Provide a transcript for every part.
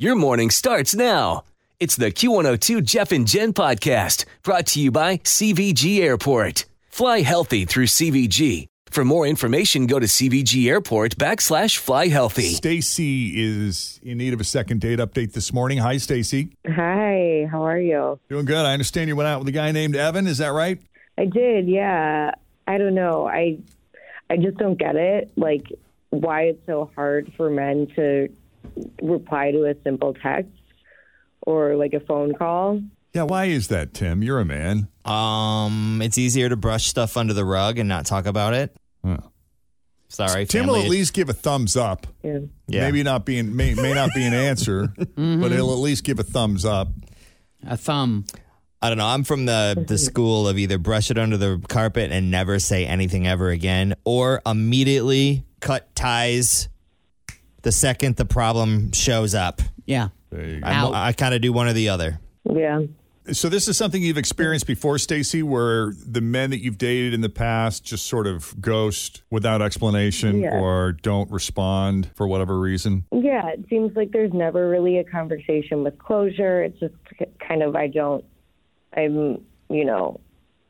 Your morning starts now. It's the Q102 Jeff and Jen podcast brought to you by CVG Airport. Fly healthy through CVG. For more information, go to CVG Airport backslash fly healthy. Stacy is in need of a second date update this morning. Hi, Stacy. Hi, how are you? Doing good. I understand you went out with a guy named Evan. Is that right? I did, yeah. I don't know. I I just don't get it. Like why it's so hard for men to reply to a simple text or like a phone call. Yeah. Why is that, Tim? You're a man. Um, it's easier to brush stuff under the rug and not talk about it. Sorry, Tim will family. at least give a thumbs up. Yeah. yeah. Mm-hmm. Maybe not being may, may not be an answer, but he'll at least give a thumbs up. A thumb. I don't know. I'm from the the school of either brush it under the carpet and never say anything ever again, or immediately cut ties the second the problem shows up. Yeah. I'm, Out. I kind of do one or the other. Yeah. So this is something you've experienced before, Stacy, where the men that you've dated in the past just sort of ghost without explanation Yeah. or don't respond for whatever reason. Yeah, it seems like there's never really a conversation with closure. It's just k- kind of I don't I'm, you know,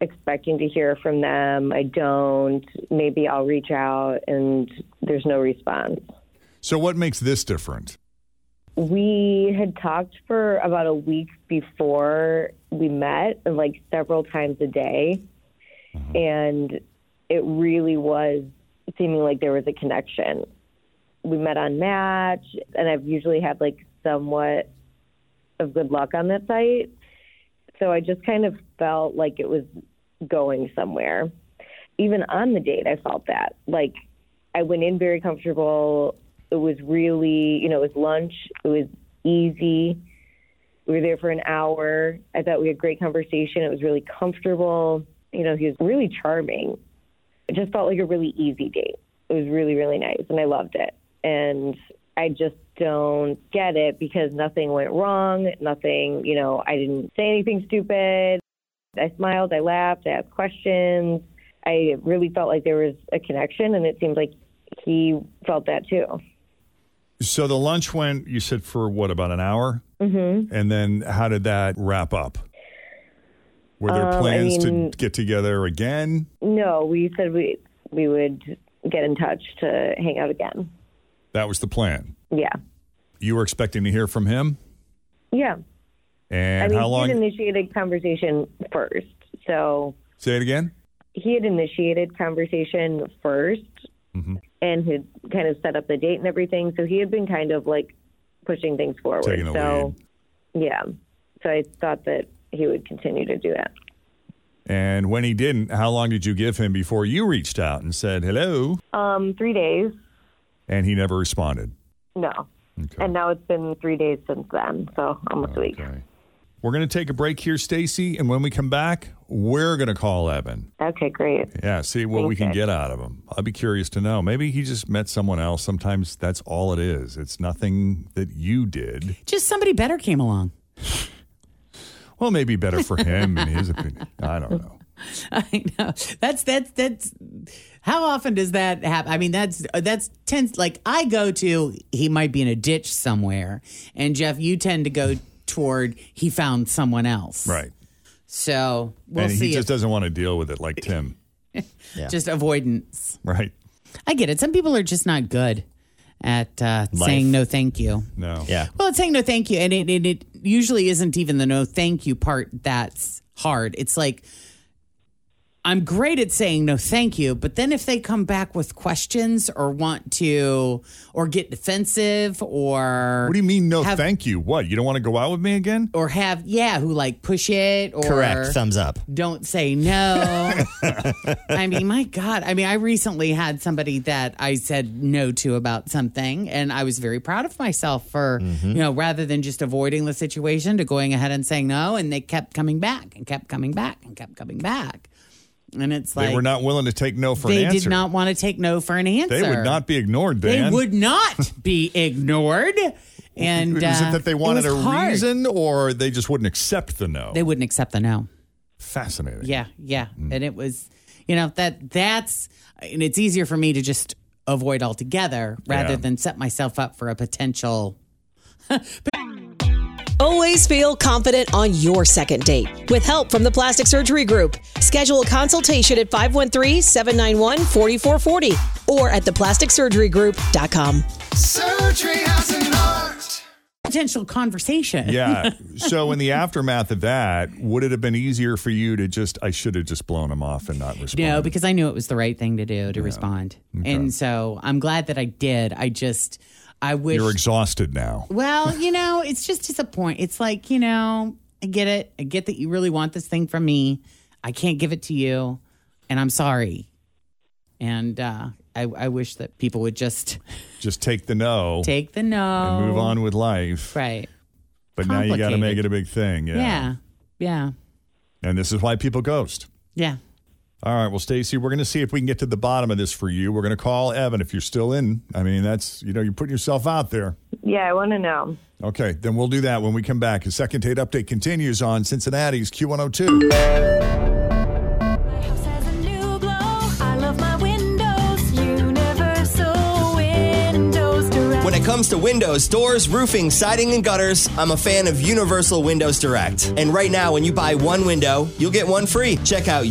expecting to hear from them. I don't. Maybe I'll reach out and there's no response. So what makes this different? we had talked for about a week before we met and like several times a day and it really was seeming like there was a connection we met on match and i've usually had like somewhat of good luck on that site so i just kind of felt like it was going somewhere even on the date i felt that like I went in very comfortable. It was really, you know, it was lunch. It was easy. We were there for an hour. I thought we had great conversation. It was really comfortable. You know, he was really charming. It just felt like a really easy date. It was really, really nice, and I loved it. And I just don't get it because nothing went wrong. Nothing, you know, I didn't say anything stupid. I smiled, I laughed, I asked questions. I really felt like there was a connection, and it seemed like he felt that too. So the lunch went, you said, for what, about an hour? Mm-hmm. And then how did that wrap up? Were there Um, I plans mean- to get together again? No, we said we we would get in touch to hang out again. That was the plan. Yeah, You were expecting to hear from him? yeah. And I mean, how long? he had initiated conversation first, so Say it again? he had initiated conversation 1st Mm-hmm. and had kind of set up the date and everything. So he had been kind of like pushing things forward. Taking the so yeah, so I thought that he would continue to do that. And when he didn't, how long did you give him before you reached out and said hello? Um, three days. And he never responded. No. Okay. And now it's been three days since then, so almost a week. Okay. We're going to take a break here, Stacy. And when we come back, we're going to call Evan. Okay, great. Yeah, see what we can Okay. get out of him. I'd be curious to know. Maybe he just met someone else. Sometimes that's all it is. It's nothing that you did. Just somebody better came along. Well, maybe better for him in his opinion. I don't know. I know. That's that's that's how often does that happen? I mean, that's that's tends like I go to he might be in a ditch somewhere, and Jeff, you tend to go toward he found someone else, Right. So we'll and see. he if- just doesn't want to deal with it like Tim. just avoidance. Right. I get it. Some people are just not good at uh, Life. saying no, thank you. No. Yeah. Well, it's saying no thank you, and it, it it usually isn't even the no thank you part that's hard. It's like I'm great at saying no, thank you. But then if they come back with questions or want to, or get defensive or. What do you mean, no, Have- thank you? What? You don't want to go out with me again? Or have, yeah, who like push it or. Correct. Thumbs up. don't say no. I mean, my God. I mean, I recently had somebody that I said no to about something, and I was very proud of myself for, Mm-hmm. you know, rather than just avoiding the situation, to going ahead and saying no. And they kept coming back and kept coming back and kept coming back. And it's like, they were not willing to take no for they an did answer. not want to take no for an answer. they would not be ignored, They Dan. would not be ignored. And Was it uh, that they wanted was a hard. reason or they just wouldn't accept the no? They wouldn't accept the no. Fascinating. Yeah, yeah. Mm. And it was, you know, that that's and it's easier for me to just avoid altogether rather Yeah. than set myself up for a potential Always feel confident on your second date. With help from the Plastic Surgery Group, schedule a consultation at 513 791 4440 or at theplasticsurgerygroup.com. Surgery has an art. potential conversation. Yeah. So in the aftermath of that, would it have been easier for you to just I should have just blown him off and not respond? No, because I knew it was the right thing to do to respond. And so I'm glad that I did. I just I wish you're exhausted now. Well, you know, it's just disappointing. It's like, you know, I get it. I get that you really want this thing from me. I can't give it to you, and I'm sorry. And uh, I, I wish that people would just Just take the no take the no and move on with life. Right. But now you got to Complicated. make it a big thing. Yeah. Yeah. Yeah. And this is why people ghost. Yeah. All right, well, Stacy, we're going to see if we can get to the bottom of this for you. We're going to call Evan if you're still in. I mean, that's you know, you're putting yourself out there. Yeah, I want to know. Okay, then we'll do that when we come back. A second date update continues on Cincinnati's Q102. My house has a new glow. I love my windows. Universal Windows Direct. When it comes to windows, doors, roofing, siding, and gutters, I'm a fan of Universal Windows Direct. And right now, when you buy one window, you'll get one free. Check out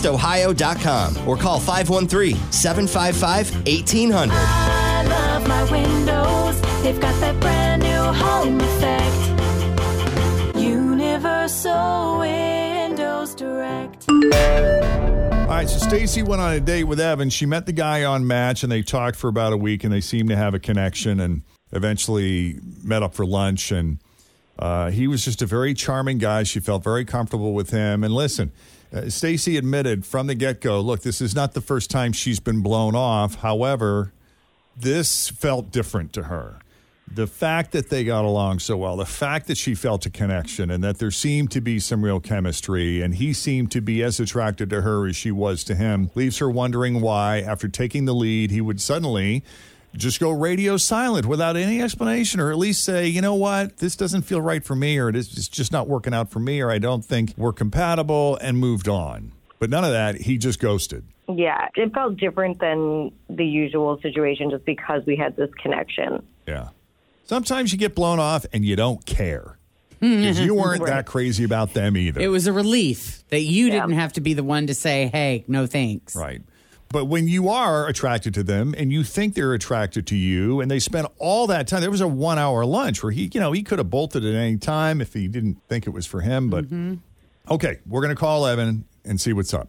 uwdsouthwestohio.com or call 513 755 1800. I love my windows. They've got that brand new home effect. Universal Windows Direct. All right, so Stacy went on a date with Evan. She met the guy on Match, and they talked for about a week, and they seemed to have a connection, and eventually met up for lunch. And uh, he was just a very charming guy. She felt very comfortable with him. And listen, uh, Stacy admitted from the get go, look, this is not the first time she's been blown off. However, this felt different to her. The fact that they got along so well, the fact that she felt a connection and that there seemed to be some real chemistry, and he seemed to be as attracted to her as she was to him, leaves her wondering why, after taking the lead, he would suddenly just go radio silent without any explanation, or at least say, you know what, this doesn't feel right for me, or it is, it's just not working out for me, or I don't think we're compatible, and moved on. But none of that. He just ghosted. Yeah, it felt different than the usual situation just because we had this connection. Yeah. Sometimes you get blown off and you don't care. 'Cause you weren't that crazy about them either. It was a relief that you didn't have to be the one to say, hey, no thanks. right. But when you are attracted to them and you think they're attracted to you and they spend all that time, there was a one hour lunch where he, you know, he could have bolted at any time if he didn't think it was for him. But okay, we're going to call Evan and see what's up.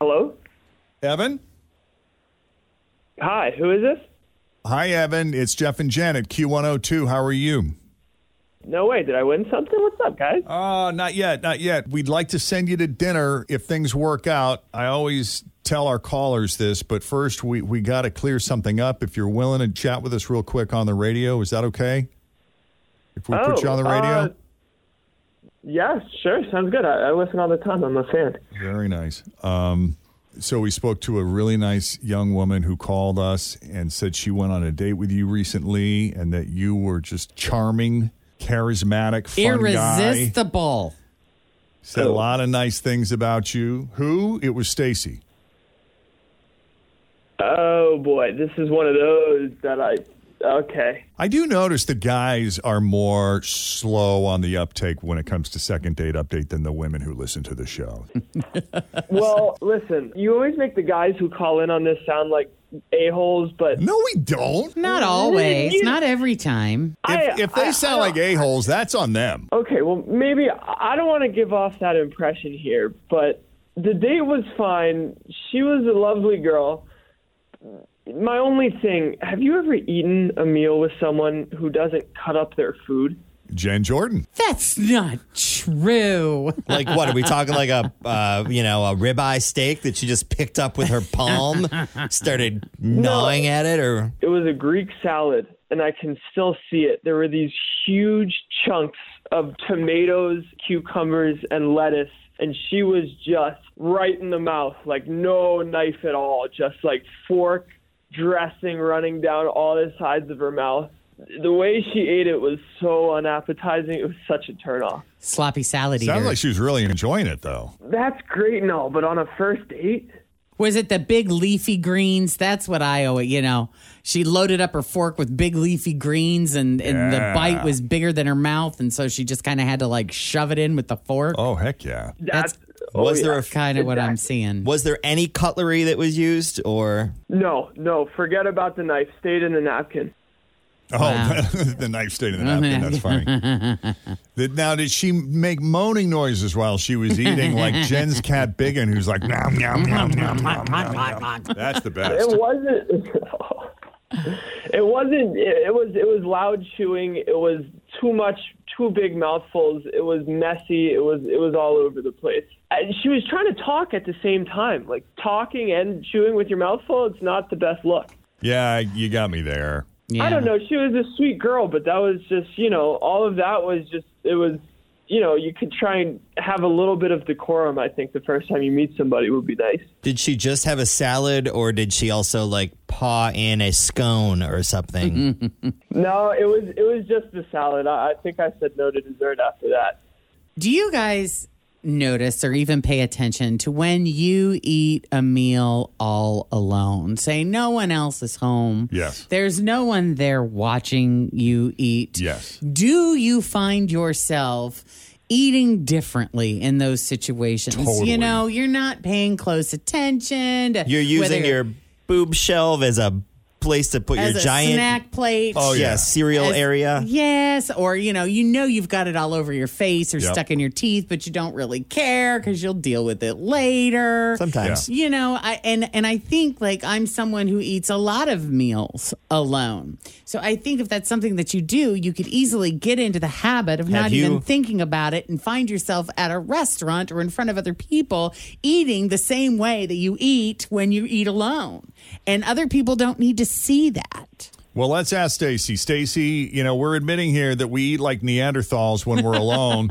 Hello? Evan? Hi, who is this? Hi, Evan. It's Jeff and Jen at Q102. How are you? No way, did I win something? What's up, guys? Uh, not yet, not yet. We'd like to send you to dinner if things work out. I always tell our callers this, but first we, we got to clear something up. If you're willing to chat with us real quick on the radio, is that okay? If we put you on the radio? uh, yeah, sure, sounds good. I, I listen all the time. I'm a fan. Very nice. Um, so we spoke to a really nice young woman who called us and said she went on a date with you recently and that you were just charming, charismatic, fun guy. Irresistible. Said a lot of nice things about you. Who? It was Stacy. Oh boy, this is one of those that I Okay. I do notice that guys are more slow on the uptake when it comes to second date update than the women who listen to the show. Well, listen, you always make the guys who call in on this sound like a-holes, but no, we don't. Not Mm-hmm. always, not every time. I- If, if they I- Oh. sound like a-holes, that's on them. Okay, well, maybe I don't want to give off that impression here, but the date was fine. She was a lovely girl. My only thing have you ever eaten a meal with someone who doesn't cut up their food? Jen Jordan. That's not true. Like what? Are we talking like a uh, you know a ribeye steak that she just picked up with her palm, started gnawing at it, or It was a Greek salad, and I can still see it. There were these huge chunks of tomatoes, cucumbers, and lettuce, and she was just right in the mouth, like no knife at all, just like fork, dressing running down all the sides of her mouth. The way she ate it was so unappetizing. It was such a turnoff. Sloppy salad eater. Sounds like she was really enjoying it though. That's great and all, but on a first date? Was it the big leafy greens? That's what I owe it. You know, she loaded up her fork with big leafy greens, and, and the Yeah. bite was bigger than her mouth, and so she just kind of had to like shove it in with the fork. Oh heck yeah! That's, oh, was yeah. there a, kind of what I'm seeing. was there any cutlery that was used, or No, no, forget about the knife. Stayed in the napkin. Oh, the knife stayed in the napkin. That's funny. Did- now, did she make moaning noises while she was eating, like Jen's cat Biggin, who's like, nom, nom, nom, nom, nom, nom, nom. That's the best. It wasn't. it wasn't. It, it was. It was loud chewing. It was too much. Too big mouthfuls. It was messy. It was. It was all over the place. And she was trying to talk at the same time, like talking and chewing with your mouth full. It's not the best look. Yeah, you got me there. Yeah. I don't know. She was a sweet girl, but that was just. You know, all of that was just. It was. You know, you could try and have a little bit of decorum. I think the first time you meet somebody would be nice. did she just have a salad, or did she also like paw in a scone or Mm-hmm. something? No, it was. It was just the salad. I, I think I said no to dessert after that. Do you guys notice or even pay attention to when you eat a meal all alone? Say no one else is home. Yes. There's no one there watching you eat. Yes. Do you find yourself eating differently in those situations? Totally. You know, you're not paying close attention. To You're using whether- your boob shelf as a place to put as your a giant snack plate. Oh yeah, yeah. cereal As- area. Yes, or you know, you know you've got it all over your face or Yep. stuck in your teeth, but you don't really care because you'll deal with it later. Sometimes. you know, I and and I think like I'm someone who eats a lot of meals alone, so I think if that's something that you do, you could easily get into the habit of not you- even thinking about it and find yourself at a restaurant or in front of other people eating the same way that you eat when you eat alone, and other people don't need to see that. Well, let's ask Stacy. Stacy, you know, we're admitting here that we eat like Neanderthals when we're alone.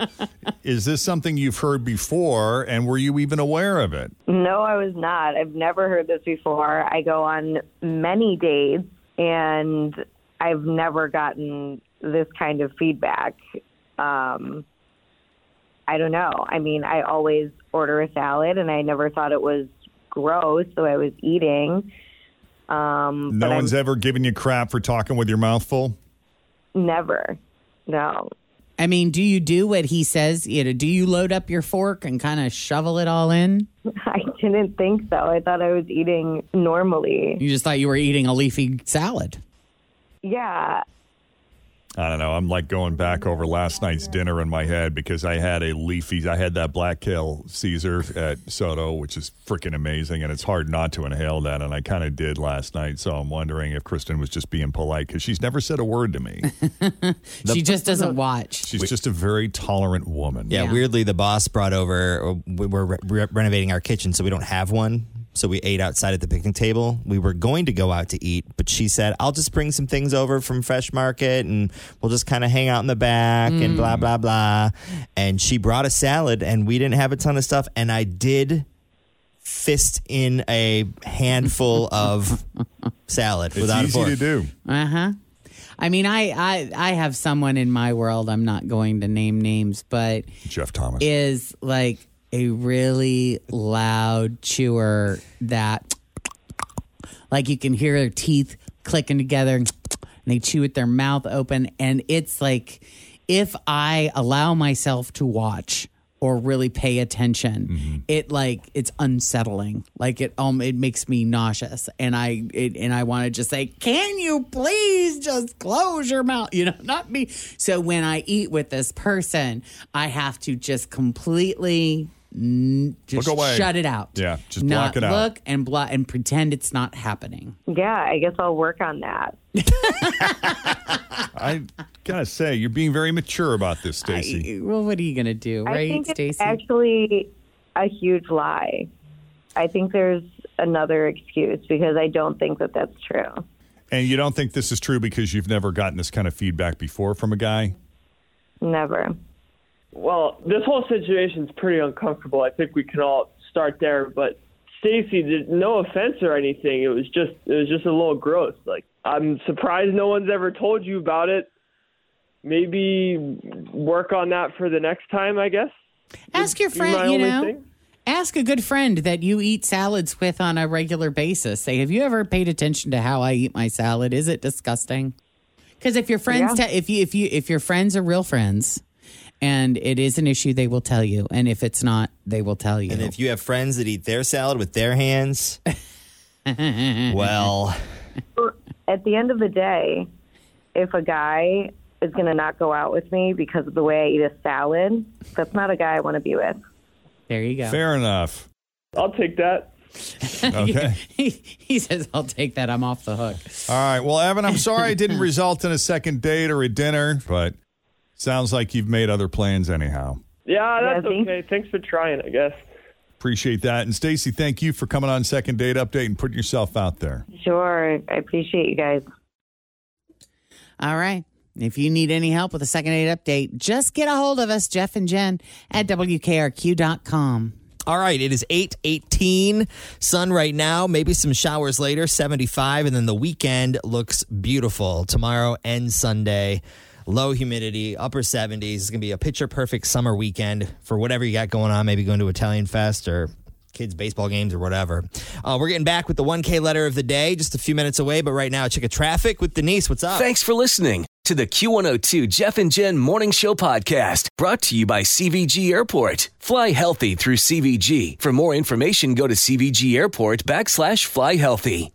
Is this something you've heard before, and were you even aware of it? No, I was not. I've never heard this before. I go on many dates and I've never gotten this kind of feedback. Um, I don't know. I mean, I always order a salad and I never thought it was gross, so I was eating. Um, No but one's I'm ever given you crap for talking with your mouth full. never. No. I mean, do you do what he says? You know, do you load up your fork and kind of shovel it all in? I didn't think so. I thought I was eating normally. You just thought you were eating a leafy salad. Yeah. I don't know. I'm like going back over last night's dinner in my head because I had a leafy. I had that black kale Caesar at Soto, which is freaking amazing, and it's hard not to inhale that. And I kind of did last night, so I'm wondering if Kristen was just being polite because she's never said a word to me. she just doesn't watch. She's just a very tolerant woman. Yeah, Yeah. weirdly, the boss brought over. or We were re- re- renovating our kitchen, so we don't have one. So we ate outside at the picnic table. We were going to go out to eat, but she said, "I'll just bring some things over from Fresh Market, and we'll just kind of hang out in the back and blah blah blah." And she brought a salad, and we didn't have a ton of stuff. And I did fist in a handful of salad it's without a easy fork. to do. Uh huh. I mean, I, I I have someone in my world. I'm not going to name names, but Jeff Thomas. is like a really loud chewer that, like, you can hear their teeth clicking together. and they chew with their mouth open. And it's like, if I allow myself to watch or really pay attention, Mm-hmm. it like it's unsettling. Like it um it makes me nauseous, and I it, and I want to just say, can you please just close your mouth? You know, not me. So when I eat with this person, I have to just completely. n- Just Look away. shut it out. Yeah, just Not block it out. Look and block and pretend it's not happening. Yeah, I guess I'll work on that. I gotta say, you're being very mature about this, Stacy. Well, what are you gonna do, I right, think it's Stacy? actually a huge lie. I think there's another excuse because I don't think that that's true. And you don't think this is true because you've never gotten this kind of feedback before from a guy? Never. Well, this whole situation's pretty uncomfortable. I think we can all start there, but Stacy, did- no offense or anything. It was just it was just a little gross. Like I'm surprised no one's ever told you about it. Maybe work on that for the next time, I guess. Ask your Be my friend, you only know. thing. Ask a good friend that you eat salads with on a regular basis. Say, have you ever paid attention to how I eat my salad? Is it disgusting? Because if your friends, te- if you, if you, if your friends are real friends, and it is an issue, they will tell you. And if it's not, they will tell you. And if you have friends that eat their salad with their hands, well, At the end of the day, if a guy is going to not go out with me because of the way I eat a salad, that's not a guy I want to be with. there you go. Fair enough. I'll take that. Okay. he, he says, "I'll take that. I'm off the hook." All right. Well, Evan, I'm sorry it didn't result in a second date or a dinner, but sounds like you've made other plans anyhow. Yeah, that's Razzie? okay. Thanks for trying, I guess. Appreciate that. And Stacy, thank you for coming on Second Date Update and putting yourself out there. Sure. I appreciate you guys. All right. If you need any help with a second aid update, just get a hold of us, Jeff and Jen, at WKRQ.com. all right. It is eight eighteen. Sun right now. Maybe some showers later. Seventy five, and then the weekend looks beautiful tomorrow and Sunday. Low humidity, upper 70s. It's going to be a picture perfect summer weekend for whatever you got going on. Maybe going to Italian Fest or kids' baseball games or whatever. Uh, we're getting back with the 1K letter of the day just a few minutes away. But right now, check a traffic with Denise. What's up? Thanks for listening to the Q102 Jeff and Jen Morning Show podcast brought to you by CVG Airport. Fly healthy through CVG. For more information, go to CVG Airport backslash fly healthy.